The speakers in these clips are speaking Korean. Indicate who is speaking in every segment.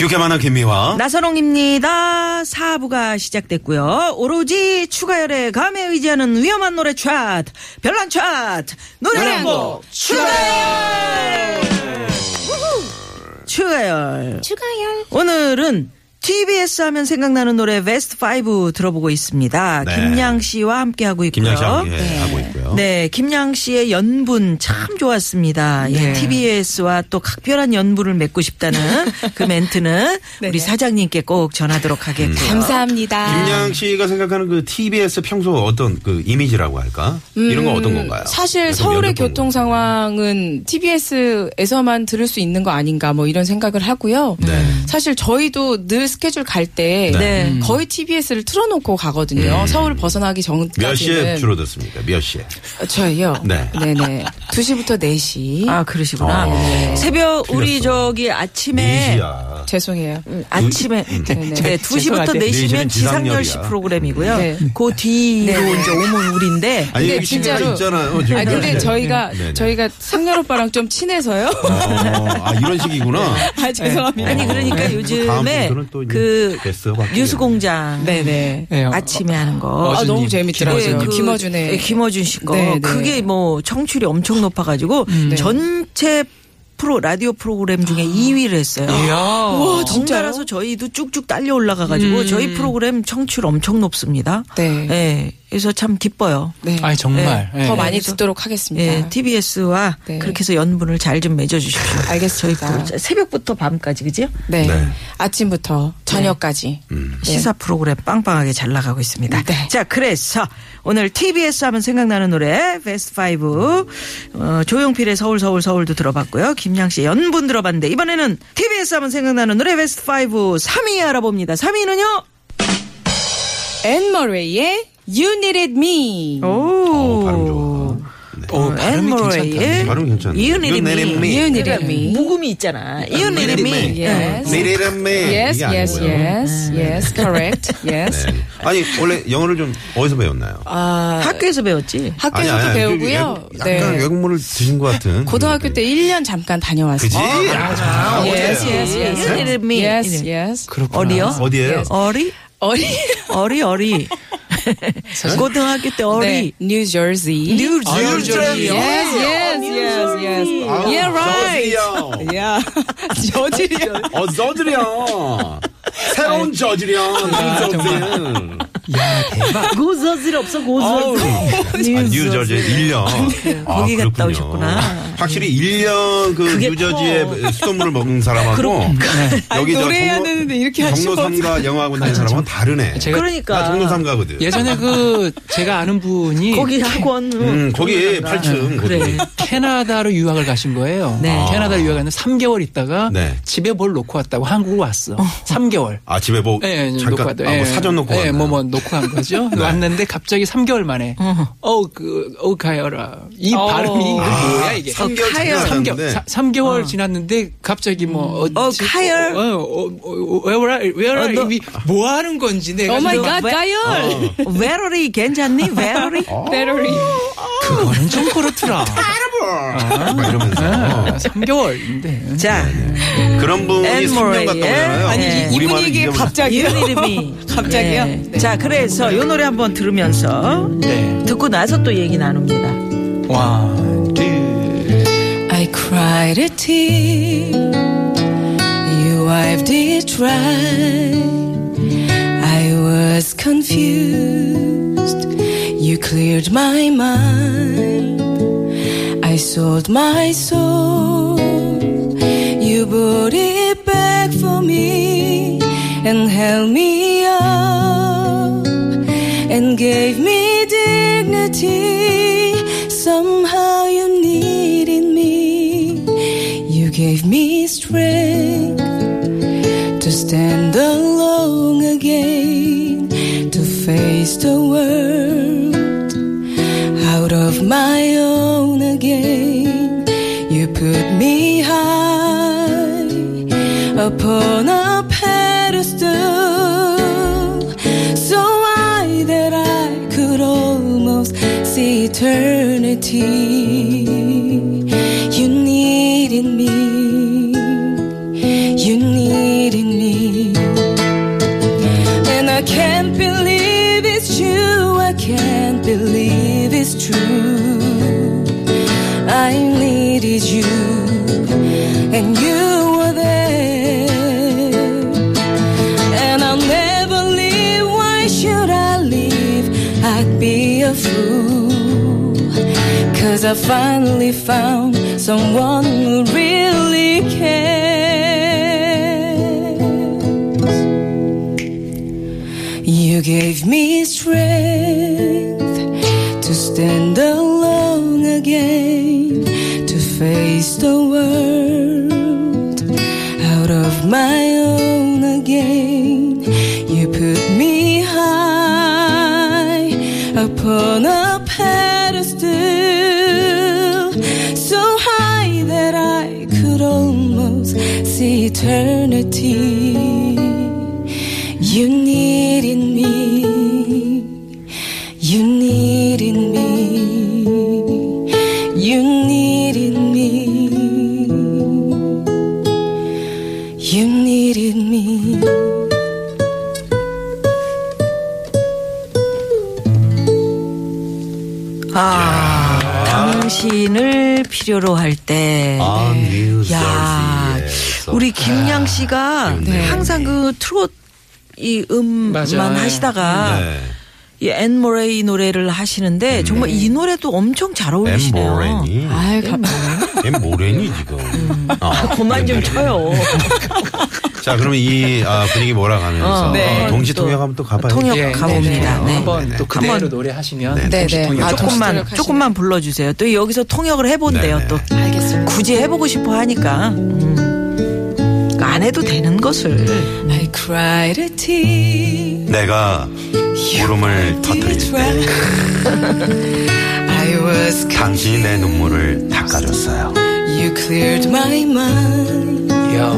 Speaker 1: 유쾌만한 김미화.
Speaker 2: 나선홍입니다. 사부가 시작됐고요. 오로지 추가열의 감에 의지하는 위험한 노래 차트, 별난 차트, 노래 한곡 추가열! 우후! 추가열.
Speaker 3: 추가열
Speaker 2: 오늘은 TBS 하면 생각나는 노래 베스트 5 들어보고 있습니다.
Speaker 1: 네.
Speaker 2: 김양 씨와 함께하고 있고요.
Speaker 1: 김양 씨
Speaker 4: 어?
Speaker 1: 함께 예, 하고 있고요.
Speaker 2: 네, 김양 씨의 연분 참 좋았습니다.
Speaker 1: 네.
Speaker 2: 예, TBS와 또 각별한 연분을 맺고 싶다는 그 멘트는
Speaker 1: 네.
Speaker 2: 우리 사장님께 꼭 전하도록 하겠고요.
Speaker 4: 감사합니다.
Speaker 1: 김양 씨가 생각하는 그 TBS 평소 어떤 그 이미지라고 할까? 이런 건 어떤 건가요?
Speaker 4: 음, 사실
Speaker 1: 계속
Speaker 4: 서울의
Speaker 1: 연락본
Speaker 4: 교통
Speaker 1: 거죠.
Speaker 4: 상황은 TBS에서만 들을 수 있는 거 아닌가 뭐 이런 생각을 하고요.
Speaker 1: 네.
Speaker 4: 사실 저희도 늘 스케줄 갈 때 음,
Speaker 2: 네.
Speaker 4: 거의 TBS를 틀어놓고 가거든요. 서울 벗어나기 전까지는
Speaker 1: 음.
Speaker 4: 아,
Speaker 1: 몇 시에 줄어들습니까? 몇 시에?
Speaker 4: 저요.
Speaker 1: 네.
Speaker 4: 네네. 2시부터 4시.
Speaker 2: 아, 그러시구나.
Speaker 1: 어. 네.
Speaker 2: 새벽,
Speaker 1: 틀렸어.
Speaker 2: 우리 저기
Speaker 4: 네.
Speaker 2: 아침에.
Speaker 1: 4시야.
Speaker 4: 죄송해요.
Speaker 2: 아침에 네,
Speaker 4: 네,
Speaker 2: 2시부터
Speaker 4: 죄송한데.
Speaker 2: 4시면
Speaker 1: 내시는 지상렬이야. 네.
Speaker 2: 지상열시 프로그램이고요.
Speaker 4: 네.
Speaker 2: 그 뒤로 이제 오면 우리인데
Speaker 1: 아니,
Speaker 4: 근데
Speaker 1: 여기 진짜로
Speaker 4: 진짜로-
Speaker 1: 있잖아요. 어, 지금
Speaker 4: 아 근데
Speaker 1: 네.
Speaker 4: 저희가
Speaker 1: 네, 네.
Speaker 4: 저희가 상렬 오빠랑 좀 친해서요.
Speaker 1: 어, 아, 이런 식이구나.
Speaker 4: 아
Speaker 2: 네.
Speaker 4: 죄송합니다.
Speaker 2: 아니 그러니까
Speaker 1: 네. 다음
Speaker 2: 요즘에
Speaker 1: 분들은 또 이제
Speaker 2: 그
Speaker 1: 됐어, 바뀌어요.
Speaker 2: 뉴스공장
Speaker 4: 네네.
Speaker 2: 아침에 하는 거.
Speaker 4: 아, 너무
Speaker 2: 네,
Speaker 4: 재밌더라고요.
Speaker 2: 그
Speaker 4: 김어준의
Speaker 2: 네, 음, 네. 김어준 씨 거.
Speaker 4: 네, 네.
Speaker 2: 그게 뭐 청출이 엄청 높아가지고 전체 프로 라디오 프로그램 중에 2위를 아. 했어요. 와, 음. 덩달아서 저희도 쭉쭉 딸려 올라가가지고 저희 프로그램 청출 엄청 높습니다.
Speaker 4: 네.
Speaker 2: 예, 그래서 참 기뻐요.
Speaker 4: 네.
Speaker 5: 아이 정말. 예.
Speaker 4: 더 많이 듣도록 하겠습니다.
Speaker 2: 예, TBS와
Speaker 4: 네.
Speaker 2: 그렇게 해서 연분을 잘 좀 맺어주십시오.
Speaker 4: 알겠습니다.
Speaker 2: 저희 프로- 아. 새벽부터 밤까지 그죠?
Speaker 4: 네.
Speaker 1: 그 네. 음.
Speaker 4: 아침부터 저녁까지.
Speaker 2: 예. 시사 프로그램 빵빵하게 잘 나가고 있습니다.
Speaker 4: 네.
Speaker 2: 자, 그래서 오늘 TBS 하면 생각나는 노래 베스트 5 어, 조용필의 서울 서울 서울도 들어봤고요. 김양 씨의 연분 들어봤는데 이번에는 TBS 하면 생각나는 노래 베스트 5 3위 알아봅니다. 3위는요.
Speaker 4: 앤 머레이의 You Needed Me.
Speaker 1: 어, 발음 좋아. 네.
Speaker 5: 어, 발음이 괜찮다.
Speaker 1: 발음 괜찮네.
Speaker 2: You Need
Speaker 1: You Needed Me.
Speaker 2: Me.
Speaker 4: You Needed
Speaker 2: 그러니까
Speaker 4: Me.
Speaker 2: 모음이 있잖아. 예. You Need Me.
Speaker 4: Yes.
Speaker 1: 내리름매.
Speaker 4: Yes,
Speaker 1: 음, 네, 이게
Speaker 4: yes,
Speaker 1: 아니고요.
Speaker 4: yes, yes, correct, yes.
Speaker 1: 네. 아니, 원래 영어를 좀 어디서 배웠나요?
Speaker 4: 아,
Speaker 2: 학교에서 배웠지.
Speaker 4: 학교에서도 배우고요. 네.
Speaker 1: 외국- 그 약간 외국문을 드신 것 같은. 네.
Speaker 4: 고등학교 때 1년 잠깐
Speaker 1: 그지?
Speaker 4: 다녀왔어요.
Speaker 1: 아,
Speaker 4: yes,
Speaker 1: 어때요?
Speaker 4: yes, yes.
Speaker 2: You Needed Me.
Speaker 4: Yes, yes.
Speaker 5: 그렇구나.
Speaker 2: 어리요?
Speaker 1: 어디예요?
Speaker 4: Yes.
Speaker 2: 어리?
Speaker 4: 어리.
Speaker 2: 어리 어리. 고등학교 때 어리.
Speaker 4: 네, 뉴저지.
Speaker 2: 뉴저지.
Speaker 4: Yes, yes, yes, yes.
Speaker 1: 아,
Speaker 4: Yeah, 예, right.
Speaker 1: 저지령.
Speaker 4: Yeah. 저지요.
Speaker 1: 어, 저지령. 새로운 저지령. 정말.
Speaker 2: 고서질 없어 고서질.
Speaker 1: 아, 뉴저지 1년.
Speaker 2: 거기 갔다 오셨구나.
Speaker 1: 확실히 1년 그
Speaker 2: 그게
Speaker 1: 뉴저지의 수돗물을 먹는 사람하고 네. 여기 저
Speaker 4: 노래해야
Speaker 1: 종로-
Speaker 4: 되는데 이렇게 하시면
Speaker 1: 종로삼가 영화하고 다니는 사람은 다르네.
Speaker 5: 제가
Speaker 1: 나
Speaker 2: 그러니까
Speaker 1: 종로삼가거든.
Speaker 5: 예전에 그 제가 아는 분이
Speaker 2: 거기 학원
Speaker 1: 음, 거기
Speaker 2: 올라가.
Speaker 5: 네.
Speaker 1: 8층.
Speaker 2: 그래.
Speaker 5: 캐나다로 유학을 가신 거예요.
Speaker 2: 네.
Speaker 5: 캐나다로 유학 갔는데 3개월 있다가
Speaker 1: 네.
Speaker 5: 집에 뭘 놓고 왔다고 한국으로 왔어. 3개월.
Speaker 1: 아 집에 뭐
Speaker 5: 예, 예,
Speaker 1: 잠깐
Speaker 5: 왔다.
Speaker 1: 아, 뭐
Speaker 5: 예.
Speaker 1: 사전 놓고
Speaker 5: 예,
Speaker 1: 왔나요?
Speaker 5: 뭐, 뭐, 놓고 간 거죠.
Speaker 1: 네.
Speaker 5: 왔는데 갑자기 3개월 만에, 어우, 그, 어우, 가여라. 이 발음이 이거 뭐야, 이게.
Speaker 1: 아, 삼 개월 지났는데.
Speaker 5: 3개월,
Speaker 1: 어.
Speaker 5: 3개월 지났는데 갑자기 뭐,
Speaker 1: 음.
Speaker 5: 어,
Speaker 2: 어, 가열.
Speaker 5: 어, 어, 어, where are, where are, we- 뭐 하는 건지 내가.
Speaker 2: 어,
Speaker 4: Oh my
Speaker 5: 지금
Speaker 4: god, 가열.
Speaker 2: 외로리 어. 괜찮니? 외로리?
Speaker 1: 아,
Speaker 4: 배터리.
Speaker 5: 그거는 좀 그렇더라. 네,
Speaker 1: 막
Speaker 2: 어.
Speaker 1: 이러면서
Speaker 5: 3개월인데.
Speaker 2: 자,
Speaker 1: 네, 그런 분이
Speaker 2: 앤
Speaker 1: 3년 갔다
Speaker 2: 모레이의-
Speaker 1: 오잖아요. 네.
Speaker 2: 아니, 이-
Speaker 1: 우리
Speaker 4: 이분
Speaker 1: 말을
Speaker 4: 얘기에
Speaker 1: 잊어버려-
Speaker 4: 갑자기.
Speaker 2: 이런 이름이
Speaker 4: 갑자기요?
Speaker 2: 예.
Speaker 4: 네.
Speaker 2: 자, 그래서 이 노래 한번 들으면서
Speaker 5: 네.
Speaker 2: 듣고 나서 또 얘기 나눕니다.
Speaker 1: 네,
Speaker 5: One, two.
Speaker 4: I cried a tear. You wiped it dry. I was confused. You cleared my mind. I sold my soul. You bought it back for me and held me up and gave me dignity. Somehow you needed me. You gave me strength to stand alone again, to chased a world out of my own again. You put me high upon a pedestal, so high that I could almost see eternity. You needed me, you needed me. And I can't believe it's true. I can't believe it's true. I needed you, and you were there. And I'll never leave. Why should I leave? I'd be a fool. Cause I finally found someone who really cares. You gave me strength to stand alone again, to face the world out of my own again. You put me high upon a pedestal, so high that I could almost see eternity. You needed me. You needed me. You needed me. You needed me.
Speaker 2: 아, 당신을 필요로 할 때.
Speaker 1: I'm you,
Speaker 2: 네. 야,
Speaker 1: Sophie. 예,
Speaker 2: 우리
Speaker 1: so-
Speaker 2: 김양 씨가
Speaker 1: 네.
Speaker 2: 항상 그 트롯 이 음만
Speaker 5: 맞아요.
Speaker 2: 하시다가
Speaker 1: 네.
Speaker 2: 이 앤모레이 노래를 하시는데 정말 이 노래도 엄청 잘
Speaker 1: 엠
Speaker 2: 어울리시네요.
Speaker 1: 네. 모레니.
Speaker 4: 아유, 갑자기.
Speaker 1: 엠 모레니 지금. 아,
Speaker 2: 음. 그만 좀 쳐요.
Speaker 1: 자, 그러면 이 아, 분위기 몰아가면서
Speaker 2: 어, 네.
Speaker 1: 어, 동시 통역 한번 또 가봐요.
Speaker 2: 통역
Speaker 5: 예,
Speaker 2: 가봅니다.
Speaker 5: 네.
Speaker 2: 네.
Speaker 5: 한번 또 그대로
Speaker 2: 한번.
Speaker 5: 노래하시면
Speaker 4: 네,
Speaker 5: 혹시
Speaker 4: 네.
Speaker 5: 통역
Speaker 2: 아,
Speaker 4: 아,
Speaker 5: 조금
Speaker 2: 조금만
Speaker 4: 동시통역
Speaker 2: 조금만 불러주세요. 또 여기서 통역을 해본대요.
Speaker 1: 네, 네.
Speaker 2: 또
Speaker 4: 알겠습니다.
Speaker 2: 굳이 해보고 싶어 하니까 음. 그러니까 안 해도 되는
Speaker 5: 네.
Speaker 2: 것을.
Speaker 4: I cried a tear.
Speaker 1: 내가 울음을 터뜨릴 때
Speaker 4: I was
Speaker 1: 당신이 내 눈물을 닦아줬어요.
Speaker 4: You cleared my mind.
Speaker 5: 이야.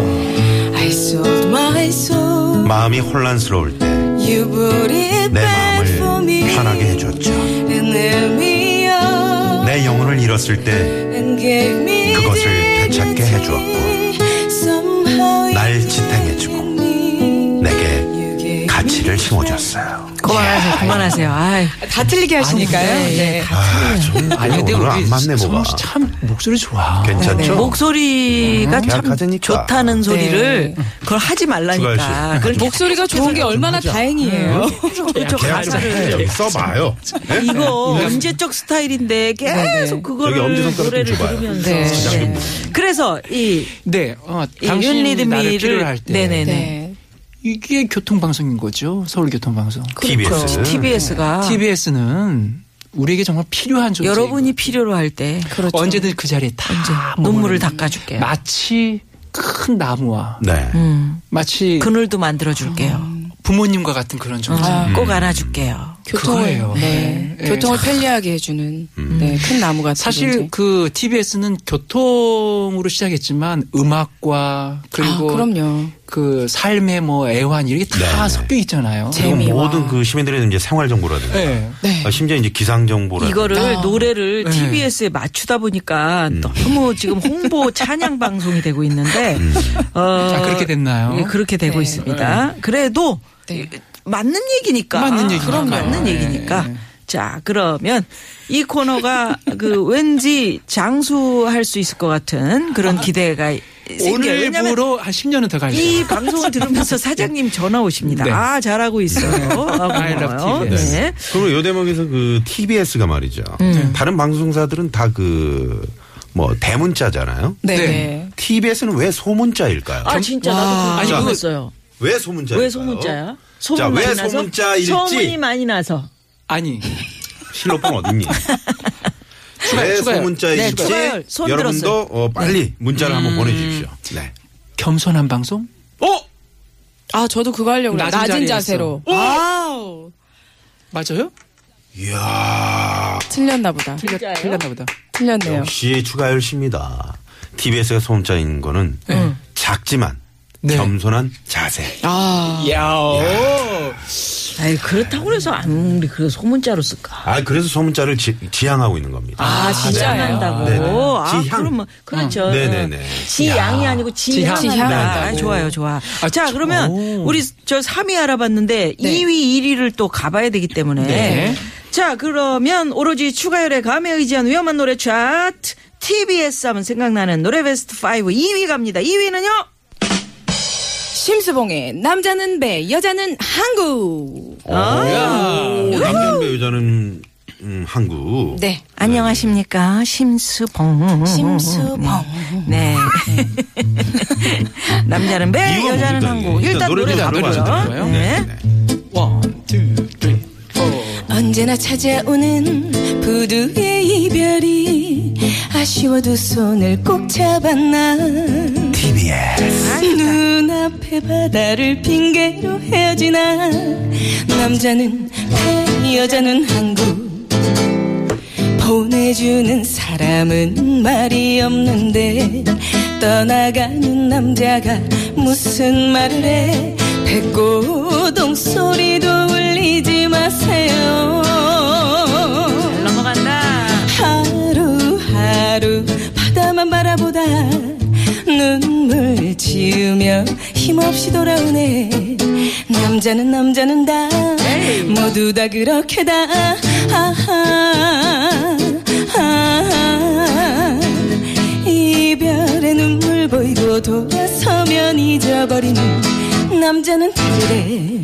Speaker 4: I sold my soul.
Speaker 1: 마음이 혼란스러울 때 내
Speaker 4: You bought it back for me.
Speaker 1: 마음을 편하게 해줬죠.
Speaker 4: And let me up.
Speaker 1: 내 영혼을 잃었을 때
Speaker 4: And gave me
Speaker 1: 그것을
Speaker 4: dignity.
Speaker 1: 되찾게 해주었고,
Speaker 4: Somehow
Speaker 1: 날
Speaker 4: you
Speaker 1: 지탱해주고,
Speaker 4: gave me.
Speaker 1: 내게
Speaker 4: You gave
Speaker 1: 가치를 심어줬어요.
Speaker 2: 그만하세요. 그만하세요. 아이.
Speaker 4: 다 틀리게 하시니까요.
Speaker 2: 네, 네.
Speaker 1: 아, 좀
Speaker 5: 아니 근데
Speaker 1: 오늘
Speaker 5: 우리
Speaker 1: 안 맞네 뭐가.
Speaker 5: 성우 씨참 목소리 좋아.
Speaker 1: 괜찮죠?
Speaker 2: 목소리가
Speaker 1: 음,
Speaker 2: 참
Speaker 1: 계약하자니까.
Speaker 2: 좋다는 소리를
Speaker 5: 네.
Speaker 2: 그걸 하지
Speaker 1: 추가할
Speaker 2: 말라니까. 그걸
Speaker 4: 목소리가 좋은 게 얼마나
Speaker 5: 네.
Speaker 4: 다행이에요.
Speaker 2: 저
Speaker 1: 계약 좀 해. 여기 써봐요.
Speaker 2: 이거 언제적 스타일인데 계속 그거를
Speaker 1: 여기 엄지손가락
Speaker 2: 노래를
Speaker 1: 좀 줘봐요.
Speaker 2: 들으면서
Speaker 4: 네.
Speaker 1: 시장 좀
Speaker 2: 그래서 이,
Speaker 5: 네, 어,
Speaker 2: 이
Speaker 5: 당신이 나를 필요로
Speaker 2: 윤리드미를
Speaker 5: 할 때.
Speaker 2: 네네네
Speaker 4: 네.
Speaker 5: 이게 교통방송인 거죠. 서울교통방송.
Speaker 1: TBS.
Speaker 5: 네.
Speaker 2: TBS가
Speaker 5: TBS는 우리에게 정말 필요한 존재.
Speaker 2: 아. 여러분이 필요로 할 때
Speaker 4: 그렇죠.
Speaker 5: 언제든 그 자리에 다
Speaker 2: 눈물을
Speaker 5: 머무르는
Speaker 2: 닦아줄게요.
Speaker 5: 마치 큰 나무와
Speaker 1: 네.
Speaker 2: 음,
Speaker 5: 마치
Speaker 2: 그늘도 만들어줄게요.
Speaker 5: 음.
Speaker 2: 음.
Speaker 5: 부모님과 같은 그런 존재.
Speaker 4: 아,
Speaker 2: 꼭 안아줄게요.
Speaker 4: 교통을
Speaker 5: 그거예요.
Speaker 4: 네.
Speaker 5: 예.
Speaker 4: 교통을 편리하게 해주는
Speaker 1: 음.
Speaker 4: 네, 큰 나무 같은
Speaker 5: 사실
Speaker 4: 존재.
Speaker 5: 그 TBS는 교통으로 시작했지만 음악과
Speaker 4: 아,
Speaker 5: 그리고
Speaker 4: 그럼요.
Speaker 5: 그 삶의 뭐 애환 이런 게 다
Speaker 1: 네네.
Speaker 5: 섞여 있잖아요. 뭐
Speaker 4: 제-
Speaker 1: 그리고
Speaker 4: 재미와.
Speaker 1: 모든 그 시민들의 이제 생활 정보라든가
Speaker 5: 네.
Speaker 4: 네.
Speaker 1: 아, 심지어 이제 기상 정보라든가
Speaker 2: 이거를
Speaker 4: 아.
Speaker 2: 노래를
Speaker 5: 네.
Speaker 2: TBS에 맞추다 보니까 너무 지금 홍보 찬양 방송이 되고 있는데 어,
Speaker 5: 자, 그렇게 됐나요?
Speaker 2: 예, 그렇게 되고
Speaker 4: 네.
Speaker 2: 있습니다. 그래도
Speaker 4: 네.
Speaker 2: 맞는 얘기니까 아,
Speaker 5: 맞는 얘기니까.
Speaker 2: 그럼 맞는
Speaker 5: 네.
Speaker 2: 얘기니까.
Speaker 5: 네.
Speaker 2: 자, 그러면 이 코너가 그 왠지 장수할 수 있을 것 같은 그런 기대가 생겨요. 왜냐면
Speaker 5: 아. 오늘부로 한 10년은 더 갈래요.
Speaker 2: 이 방송을 들으면서 사장님 전화 오십니다.
Speaker 5: 네.
Speaker 2: 아, 잘하고 있어요.
Speaker 5: I
Speaker 2: 아,
Speaker 5: love
Speaker 2: 고마워요.
Speaker 5: TBS.
Speaker 2: 네. 음.
Speaker 1: 그리고 요 대목에서 그 TBS가 말이죠. 네. 다른 방송사들은 다 그 뭐 대문자잖아요.
Speaker 4: 네.
Speaker 5: 네.
Speaker 4: 네.
Speaker 1: TBS는 왜 소문자일까요?
Speaker 2: 아, 진짜
Speaker 5: 와.
Speaker 2: 나도
Speaker 5: 아니,
Speaker 2: 그거
Speaker 5: 그거-
Speaker 2: 궁금했어요.
Speaker 1: 왜 소문자일까요?
Speaker 2: 왜 소문자야? 소문
Speaker 1: 자, 왜
Speaker 2: 많이 나서?
Speaker 1: 소문자일지?
Speaker 2: 소문이 많이 나서.
Speaker 5: 아니
Speaker 1: 실로폰 어딨니? 왜
Speaker 5: 추가요.
Speaker 2: 네,
Speaker 1: 소문자일지
Speaker 2: 추가요. 손 들었어요. 네. 음.
Speaker 1: 여러분도 어, 빨리 문자를 한번 보내주십시오. 네.
Speaker 5: 겸손한 방송?
Speaker 4: 아, 저도 그거 하려고 그래요.
Speaker 5: 낮은
Speaker 4: 낮은
Speaker 5: 자리에서.
Speaker 4: 자세로. 와우.
Speaker 5: 맞아요?
Speaker 1: 이야.
Speaker 4: 틀렸나 보다.
Speaker 5: 틀렸, 틀렸나 보다.
Speaker 4: 틀렸네요.
Speaker 1: 역시 추가열 십니다. TBS가 소음자인 거는 작지만
Speaker 5: 네.
Speaker 1: 겸손한 자세.
Speaker 4: 아,
Speaker 5: 야, 오.
Speaker 2: 아이 그렇다고 해서 아무리 그 소문자로 쓸까?
Speaker 1: 아 그래서 소문자를 지, 향하고 있는 겁니다.
Speaker 2: 아, 지향한다고.
Speaker 1: 네네.
Speaker 2: 아,
Speaker 1: 지향.
Speaker 2: 그러면 그렇죠.
Speaker 1: 네네네.
Speaker 2: 지양이 아니고 지향한다.
Speaker 4: 지향한다고.
Speaker 2: 아, 좋아요, 좋아.
Speaker 5: 아,
Speaker 2: 자,
Speaker 5: 저-
Speaker 2: 그러면
Speaker 5: 오.
Speaker 2: 우리 저 3위 알아봤는데 2위, 1위를 또 가봐야 되기 때문에.
Speaker 5: 네.
Speaker 2: 자, 그러면 오로지 추가열의 감에 의지한 위험한 노래 차트 TBS 하면 생각나는 노래 베스트 5 2위 갑니다. 2위는요?
Speaker 4: 심수봉의 남자는 배, 여자는 한국.
Speaker 1: 남편 배우자는 음, 한국.
Speaker 4: 네.
Speaker 2: 안녕하십니까. 심수봉.
Speaker 4: 심수봉.
Speaker 2: 네. 남자는 배,
Speaker 1: 이유가
Speaker 2: 여자는
Speaker 1: 뭡니까,
Speaker 2: 한국.
Speaker 1: 이게?
Speaker 2: 일단 노래
Speaker 1: 노래를
Speaker 2: 가보죠.
Speaker 1: 들어봐야 되는 거예요?
Speaker 2: 네.
Speaker 1: 네.
Speaker 5: 원, 투, 쓰리, 포.
Speaker 4: 언제나 찾아오는 부두의 이별이 아쉬워도 손을 꼭 잡았나 눈앞에 바다를 핑계로 헤어지나 남자는 배 여자는 한국 보내주는 사람은 말이 없는데 떠나가는 남자가 무슨 말을 해 백고동 소리도 울리지 마세요
Speaker 2: 넘어간다.
Speaker 4: 하루하루 바다만 바라보다 눈물 지으며 힘없이 돌아오네 남자는 남자는 다 모두 다 그렇게 다 아하, 아하. 이별의 눈물 보이고 돌아서면 잊어버리는 남자는 다 그래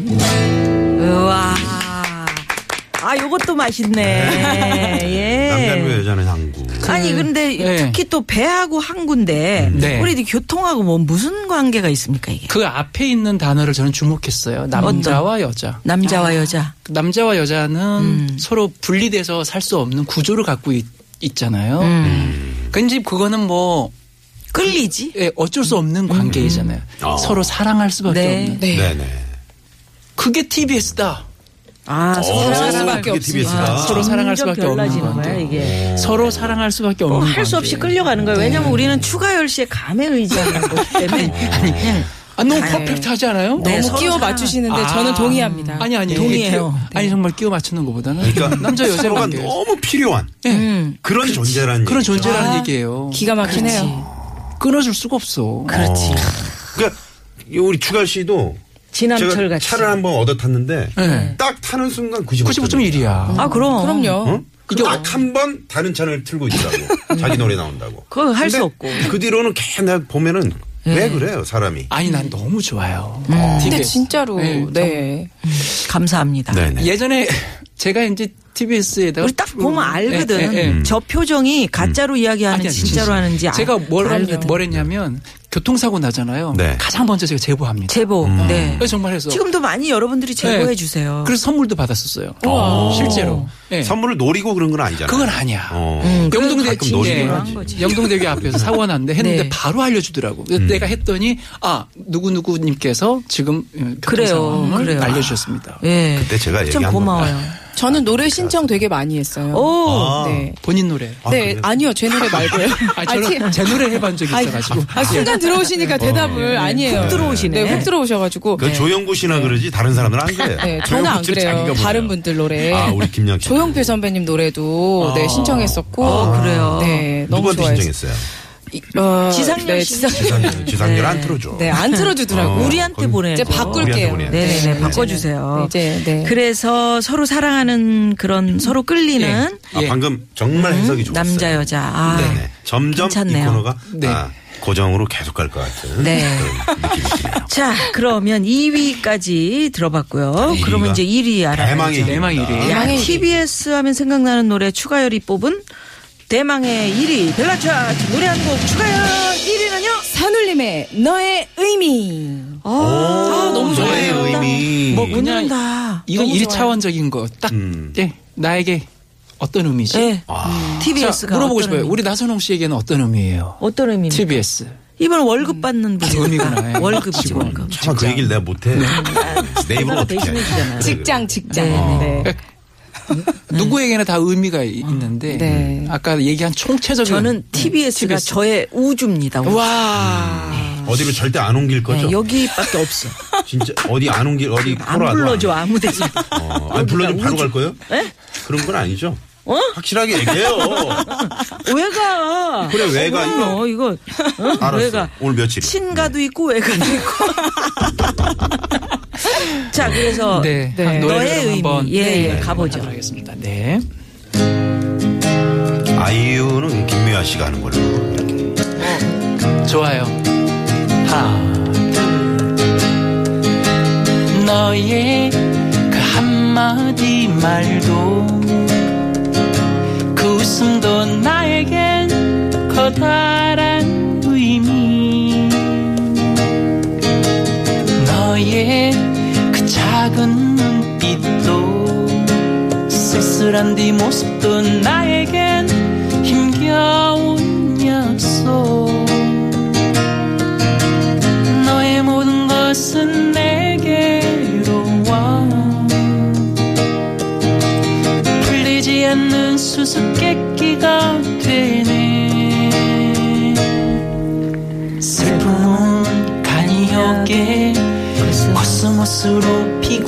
Speaker 2: 우와. 아, 요것도 맛있네. 예.
Speaker 1: 남자는 왜 여자는 한국.
Speaker 2: 아니 근데
Speaker 5: 네.
Speaker 2: 특히 또 배하고 항구인데
Speaker 5: 네.
Speaker 2: 우리 이제 교통하고 뭐 무슨 관계가 있습니까 이게?
Speaker 5: 그 앞에 있는 단어를 저는 주목했어요. 남자와 여자.
Speaker 2: 남자와 여자.
Speaker 5: 남자와 여자는 서로 분리돼서 살 수 없는 구조를 갖고 있, 잖아요 근데 그거는 뭐
Speaker 2: 끌리지?
Speaker 5: 예, 어쩔 수 없는 관계이잖아요.
Speaker 1: 어.
Speaker 5: 서로 사랑할 수밖에
Speaker 2: 네.
Speaker 5: 없는.
Speaker 4: 네.
Speaker 1: 네네.
Speaker 5: 그게 TBS다. 아,
Speaker 2: 아,
Speaker 1: 어,
Speaker 4: 사랑할 수밖에
Speaker 1: 그게
Speaker 4: 없습니다.
Speaker 1: TBS 가.
Speaker 5: 서로 사랑할 수밖에 없는
Speaker 2: 별나지는 거야
Speaker 5: 건데.
Speaker 2: 이게. 어,
Speaker 5: 서로 사랑할 수밖에 없는
Speaker 2: 할 수
Speaker 5: 관계.
Speaker 2: 없이 끌려가는 거예요. 왜냐면 우리는 추가열 씨의 감에 의지하는 거기 때문에. 그냥
Speaker 5: 아, 너무
Speaker 2: 아니.
Speaker 5: 퍼펙트 하지 않아요?
Speaker 2: 네,
Speaker 4: 너무
Speaker 2: 서로
Speaker 4: 뭐 끼워
Speaker 2: 사랑.
Speaker 4: 맞추시는데
Speaker 5: 아.
Speaker 4: 저는 동의합니다
Speaker 5: 아니 아니
Speaker 2: 동의해요.
Speaker 5: 끼워- 아니 정말 끼워 맞추는 것보다는
Speaker 1: 그러니까
Speaker 5: 남자 여자
Speaker 1: 서로가
Speaker 5: 관계 예,
Speaker 1: 너무 필요한 그런 존재라는
Speaker 5: 그런
Speaker 1: 얘기죠.
Speaker 5: 존재라는
Speaker 4: 아,
Speaker 5: 얘기예요.
Speaker 4: 기가 막히네요
Speaker 5: 끊어줄 수가 없어.
Speaker 2: 그렇지.
Speaker 1: 그러니까 이 우리 추가 씨도
Speaker 2: 지남철
Speaker 1: 제가
Speaker 2: 같이.
Speaker 1: 차를 한번 얻어 탔는데
Speaker 5: 네.
Speaker 1: 딱 타는 순간 95.
Speaker 5: 95.1이야.
Speaker 2: 아 그럼.
Speaker 4: 그럼요
Speaker 1: 이게 어? 딱 한 번 다른 차를 틀고 있다고 자기 노래 나온다고.
Speaker 2: 그거 할수
Speaker 1: 근데
Speaker 2: 없고.
Speaker 1: 그 뒤로는 걔나 보면은
Speaker 4: 네.
Speaker 1: 왜 그래요 사람이?
Speaker 5: 아니 난 너무 좋아요.
Speaker 2: 음.
Speaker 5: 어.
Speaker 4: 근데
Speaker 5: TBS.
Speaker 4: 진짜로
Speaker 5: 네,
Speaker 4: 네,
Speaker 5: 참.
Speaker 2: 감사합니다.
Speaker 1: 네네.
Speaker 5: 예전에 제가 이제 TBS에다가
Speaker 2: 우리 딱 보면 알거든.
Speaker 5: 예, 예, 예.
Speaker 2: 저 표정이 가짜로 이야기하는지 진짜로 하는지 아, 알-
Speaker 5: 제가 뭘
Speaker 2: 알거든.
Speaker 5: 뭘 했냐면 교통사고 나잖아요.
Speaker 1: 네.
Speaker 5: 가장 먼저 제가 제보합니다.
Speaker 2: 제보. 네.
Speaker 5: 그래서 정말 해서
Speaker 2: 지금도 많이 여러분들이 제보해
Speaker 5: 네.
Speaker 2: 주세요.
Speaker 5: 그래서 선물도 받았었어요.
Speaker 1: 어.
Speaker 5: 실제로. 예.
Speaker 1: 선물을 노리고 그런 건 아니잖아요.
Speaker 5: 그건 아니야.
Speaker 1: 어.
Speaker 2: 음,
Speaker 5: 영동대
Speaker 1: 가끔 노리긴
Speaker 5: 예.
Speaker 1: 하지.
Speaker 2: 거지.
Speaker 5: 영동대교 앞에서 사고가 났는데 했는데
Speaker 2: 네.
Speaker 5: 바로 알려주더라고. 그래서
Speaker 1: 음.
Speaker 5: 내가 했더니 아 누구 누구님께서 지금 음,
Speaker 2: 그래요.
Speaker 5: 교통상황을
Speaker 2: 그래요.
Speaker 5: 알려주셨습니다.
Speaker 2: 예.
Speaker 1: 그때 제가
Speaker 2: 참
Speaker 1: 얘기한
Speaker 2: 고마워요.
Speaker 4: 저는 노래 신청 되게 많이 했어요
Speaker 2: 오.
Speaker 1: 아.
Speaker 4: 네.
Speaker 5: 본인 노래.
Speaker 1: 아,
Speaker 4: 네
Speaker 1: 그래요?
Speaker 4: 아, 니요제 노래 말고요
Speaker 5: 아,
Speaker 4: 아, 티-
Speaker 5: 저는 제 노래 해본 적이 있어가지고. 예.
Speaker 4: 아, 순간 들어오시니까
Speaker 1: 네.
Speaker 4: 대답을 아니에요.
Speaker 2: 훅 들어오시네.
Speaker 4: 네, 훅 들어오셔가지고.
Speaker 1: 예. 그 조영구 씨나 그러지 다른 사람들은 안 그래요.
Speaker 4: 네, 저는
Speaker 1: 조영구
Speaker 4: 안
Speaker 1: 씨는 자기가
Speaker 4: 그래요.
Speaker 1: 보세요.
Speaker 4: 다른 분들 노래.
Speaker 1: 아, 우리 김양 씨.
Speaker 4: 조용필 선배님 노래도 네, 신청했었고.
Speaker 2: 아, 그래요?
Speaker 4: 네, 너무
Speaker 1: 누구한테
Speaker 4: 좋아했어요.
Speaker 1: 신청했어요?
Speaker 4: 이- 어,
Speaker 2: 지상렬
Speaker 4: 네,
Speaker 2: 씨.
Speaker 4: 지상,
Speaker 1: 지상렬, 지상렬 안 틀어줘.
Speaker 4: 네, 안 틀어주더라고.
Speaker 1: 어.
Speaker 4: 우리
Speaker 2: 우리한테
Speaker 1: 거기-
Speaker 2: 보내.
Speaker 4: 이제 바꿀게요.
Speaker 1: 우리한테 보내야 돼.
Speaker 2: 네네네.
Speaker 1: 네.
Speaker 2: 바꿔주세요.
Speaker 4: 이제, 네.
Speaker 2: 그래서 서로 사랑하는 그런 서로 끌리는
Speaker 1: 아,
Speaker 5: 예.
Speaker 1: 방금 정말 해석이 좋았어요.
Speaker 2: 음, 남자 여자. 아.
Speaker 1: 네네. 점점
Speaker 2: 괜찮네요.
Speaker 1: 이 코너가
Speaker 5: 네.
Speaker 1: 아, 고정으로 계속 갈 것 같은
Speaker 2: 네.
Speaker 1: 그런 느낌이 드네요.
Speaker 2: 자 그러면 2위까지 들어봤고요.
Speaker 1: 네, 이
Speaker 2: 그러면
Speaker 1: 위가
Speaker 2: 이제 1위
Speaker 1: 대망의
Speaker 2: 알아봐야죠.
Speaker 1: 일입니다.
Speaker 5: 아, 대망의 일이에요.
Speaker 2: 야,
Speaker 4: 대망의
Speaker 2: TBS 하면 생각나는 노래 추가열이 뽑은 대망의 1위 벨라차 노래 한 곡 추가열 1위는요.
Speaker 4: 산울림의 너의 의미.
Speaker 2: 아,
Speaker 1: 너의 의미.
Speaker 5: 뭐
Speaker 2: 음,
Speaker 5: 그냥
Speaker 2: 웃는다.
Speaker 5: 이건
Speaker 4: 너무 좋아요.
Speaker 5: 1차원적인 거. 딱
Speaker 1: 음.
Speaker 5: 예. 나에게 어떤 의미지?
Speaker 2: 예.
Speaker 1: 아,
Speaker 5: 자,
Speaker 2: TBS가 어떤
Speaker 5: 물어보고
Speaker 2: 그러니까.
Speaker 5: 싶어요.
Speaker 2: 의미?
Speaker 5: 우리 나선홍 씨에게는 어떤 의미예요?
Speaker 2: 어떤 의미?
Speaker 5: TBS.
Speaker 2: 이번 월급 받는 분이
Speaker 5: 의미구나, 예.
Speaker 2: 월급이지
Speaker 5: 직원.
Speaker 2: 월급.
Speaker 1: 차마 그 얘기를 내가 못해. 네, 네이버 어떻게
Speaker 2: 네. 대신해
Speaker 1: 해?
Speaker 2: 주잖아요.
Speaker 4: 직장, 직장.
Speaker 2: 네,
Speaker 4: 네.
Speaker 5: 예, 누구에게나 다 의미가 이- 있는데
Speaker 2: 음. 네.
Speaker 5: 아까 얘기한 총체적인 음,
Speaker 2: 저는 TBS가
Speaker 5: 네. TBS.
Speaker 2: 저의 우주입니다. 우주.
Speaker 5: 와
Speaker 1: 네,
Speaker 5: 그렇죠.
Speaker 1: 어디로 절대 안 옮길 거죠?
Speaker 2: 네, 여기밖에 없어.
Speaker 1: 진짜 어디 안 옮길 어디
Speaker 2: 안
Speaker 1: 코로나도
Speaker 2: 불러줘 아무 데서.
Speaker 1: 안, 어, 아니, 불러주면 바로
Speaker 2: 우주-
Speaker 1: 갈 거예요? 그런 건 아니죠.
Speaker 2: 어?
Speaker 1: 확실하게 얘기해요.
Speaker 2: 왜 가?
Speaker 1: 그래, 왜 가,
Speaker 2: 어, 이거 어?
Speaker 1: 알았어.
Speaker 2: 왜 가?
Speaker 1: 오늘 며칠?
Speaker 2: 친가도
Speaker 1: 네.
Speaker 2: 있고 외가도 있고. 자 그래서
Speaker 5: 네.
Speaker 2: 네.
Speaker 5: 한 노래를
Speaker 2: 너의 의미
Speaker 5: 한번
Speaker 2: 예, 예
Speaker 5: 네,
Speaker 2: 가보죠.
Speaker 5: 하도록 하겠습니다. 네.
Speaker 1: 아이유는 김미아 씨가 하는 걸로.
Speaker 5: 좋아요. 하나, 둘. 너의 그 한마디 말도 그 웃음도 나에겐 커다란 의미 너의 그 작은 눈빛도 쓸쓸한 네 모습도 나에겐 힘겨운 약속 너의 모든 것은 내게로 와 풀리지 않는 수수께끼가 되네 슬픔은 간이 없게 코스모스로 피고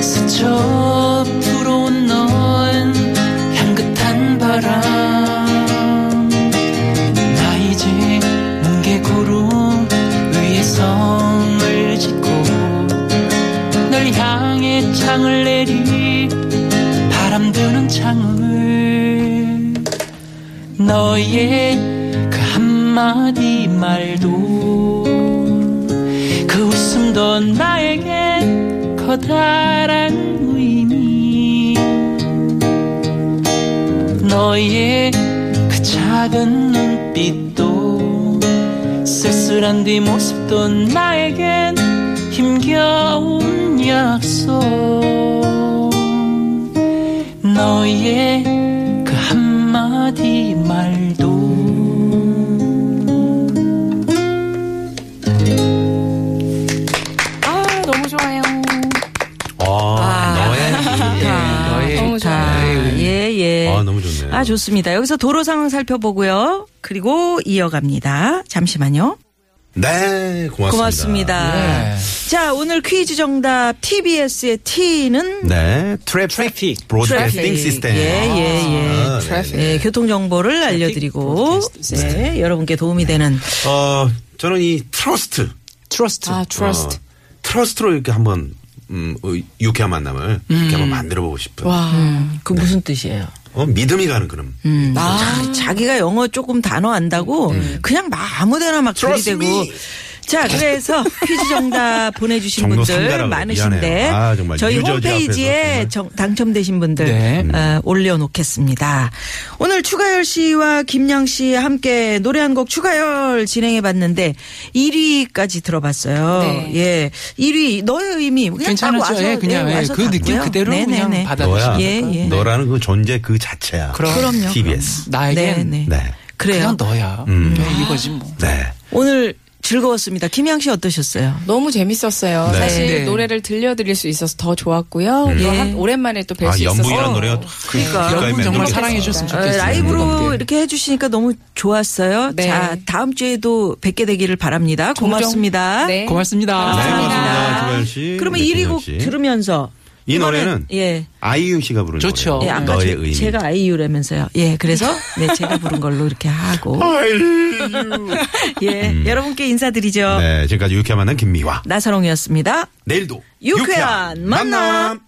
Speaker 5: 스쳐 불어온 넌 향긋한 바람 나 이제 뭉게구름 위에 성을 짓고 널 향해 창을 내리 바람 드는 창을 너의 그 한마디 말도 그 웃음도 나에겐 커다란 의미 너의 그 작은 눈빛도 쓸쓸한 네 모습도 나에겐 힘겨운 약속 너의 그 한마디 말도
Speaker 3: 아 너무 좋아요
Speaker 1: 아,
Speaker 2: 아, 좋다.
Speaker 5: 너의
Speaker 4: 너무
Speaker 2: 자, 예, 예.
Speaker 1: 아, 너무 좋네요.
Speaker 2: 그러니까. 아, 좋습니다. 여기서 도로 상황 살펴보고요. 그리고 이어갑니다. 잠시만요.
Speaker 1: 네, 고맙습니다.
Speaker 2: 고맙습니다.
Speaker 5: 네.
Speaker 2: 자, 오늘 퀴즈 정답 TBS의 T는
Speaker 1: 네, 트래픽
Speaker 5: 트래픽
Speaker 1: 브로드캐스팅
Speaker 2: 트래픽.
Speaker 1: 시스템.
Speaker 2: 예, 예, 예.
Speaker 1: 아, 네, 네.
Speaker 2: 예, 교통 정보를 알려드리고 네, 여러분께 도움이 되는
Speaker 1: 어, 저는 이 트러스트.
Speaker 5: 트러스트
Speaker 4: 아, 트러스트.
Speaker 1: 어, 트러스트로 이렇게 한번 음, 어, 유쾌한 만남을 이렇게 한번 만들어 보고 싶은.
Speaker 4: 와.
Speaker 2: 음. 그 무슨 뜻이에요?
Speaker 1: 어, 믿음이 가는 그런.
Speaker 2: 아,
Speaker 1: 아.
Speaker 2: 자, 자기가 영어 조금 단어 안다고
Speaker 1: 음.
Speaker 2: 그냥 막 아무데나 막
Speaker 1: Trust
Speaker 2: 들이대고
Speaker 1: me.
Speaker 2: 자 그래서 퀴즈 정답 보내주신
Speaker 1: 정도
Speaker 2: 분들
Speaker 1: 손가락으로
Speaker 2: 많으신데
Speaker 1: 미안해요. 아, 정말
Speaker 2: 저희
Speaker 1: 유저지 앞에서
Speaker 2: 홈페이지에
Speaker 1: 정말. 음.
Speaker 2: 정- 당첨되신 분들
Speaker 5: 네.
Speaker 2: 어, 올려놓겠습니다 오늘 추가열 씨와 김양 씨 함께 노래 한 곡 추가열 진행해봤는데 1위까지 들어봤어요
Speaker 4: 네.
Speaker 2: 예 1위 너의 의미 그냥
Speaker 5: 괜찮았죠
Speaker 2: 따로 와서,
Speaker 5: 예, 그냥
Speaker 2: 네,
Speaker 5: 예,
Speaker 2: 와서
Speaker 5: 그 느낌
Speaker 2: 닿고요.
Speaker 5: 그대로
Speaker 2: 네네네.
Speaker 5: 그냥
Speaker 1: 너야.
Speaker 5: 받아들이시면
Speaker 2: 예,
Speaker 5: 될까요?
Speaker 2: 예.
Speaker 1: 너라는 그 존재 그 자체야.
Speaker 5: 그럼.
Speaker 2: 그럼요.
Speaker 1: TBS.
Speaker 5: 나에겐
Speaker 2: 네, 네.
Speaker 1: 네.
Speaker 2: 그래요
Speaker 5: 그냥 너야
Speaker 2: 음.
Speaker 5: 네, 이거지 뭐
Speaker 1: 네.
Speaker 2: 오늘 즐거웠습니다. 김양 씨 어떠셨어요?
Speaker 4: 너무 재밌었어요.
Speaker 1: 네. 음.
Speaker 4: 사실
Speaker 5: 네.
Speaker 4: 노래를 들려드릴 수 있어서 더 좋았고요. 또
Speaker 2: 예.
Speaker 4: 한- 오랜만에 또 뵐
Speaker 1: 아,
Speaker 4: 수
Speaker 1: 연봉이라는
Speaker 4: 있어서
Speaker 1: 노래가
Speaker 2: 그러니까.
Speaker 5: 여러분 정말 사랑해 주셨으면
Speaker 2: 어,
Speaker 5: 좋겠어요.
Speaker 2: 라이브로 이렇게 해주시니까 너무 좋았어요.
Speaker 4: 네.
Speaker 2: 자, 다음 주에도 뵙게 되기를 바랍니다. 고맙습니다.
Speaker 4: 네.
Speaker 5: 고맙습니다.
Speaker 1: 네,
Speaker 2: 아, 감사합니다.
Speaker 1: 고맙습니다. 조현 씨.
Speaker 2: 그러면
Speaker 1: 네,
Speaker 2: 1위
Speaker 1: 김양
Speaker 2: 곡
Speaker 1: 씨.
Speaker 2: 들으면서
Speaker 1: 이 노래는
Speaker 2: 예.
Speaker 1: 아이유 씨가 부른
Speaker 5: 좋죠.
Speaker 1: 노래예요.
Speaker 2: 예, 아까
Speaker 1: 너의
Speaker 2: 제-
Speaker 1: 의미.
Speaker 2: 제가 아이유라면서요. 예, 그래서 네, 제가 부른 걸로 이렇게 하고 예,
Speaker 1: 음.
Speaker 2: 여러분께 인사드리죠.
Speaker 1: 네, 지금까지 유쾌한 만남 김미화.
Speaker 2: 나선홍이었습니다.
Speaker 1: 내일도
Speaker 2: 유쾌한 만남.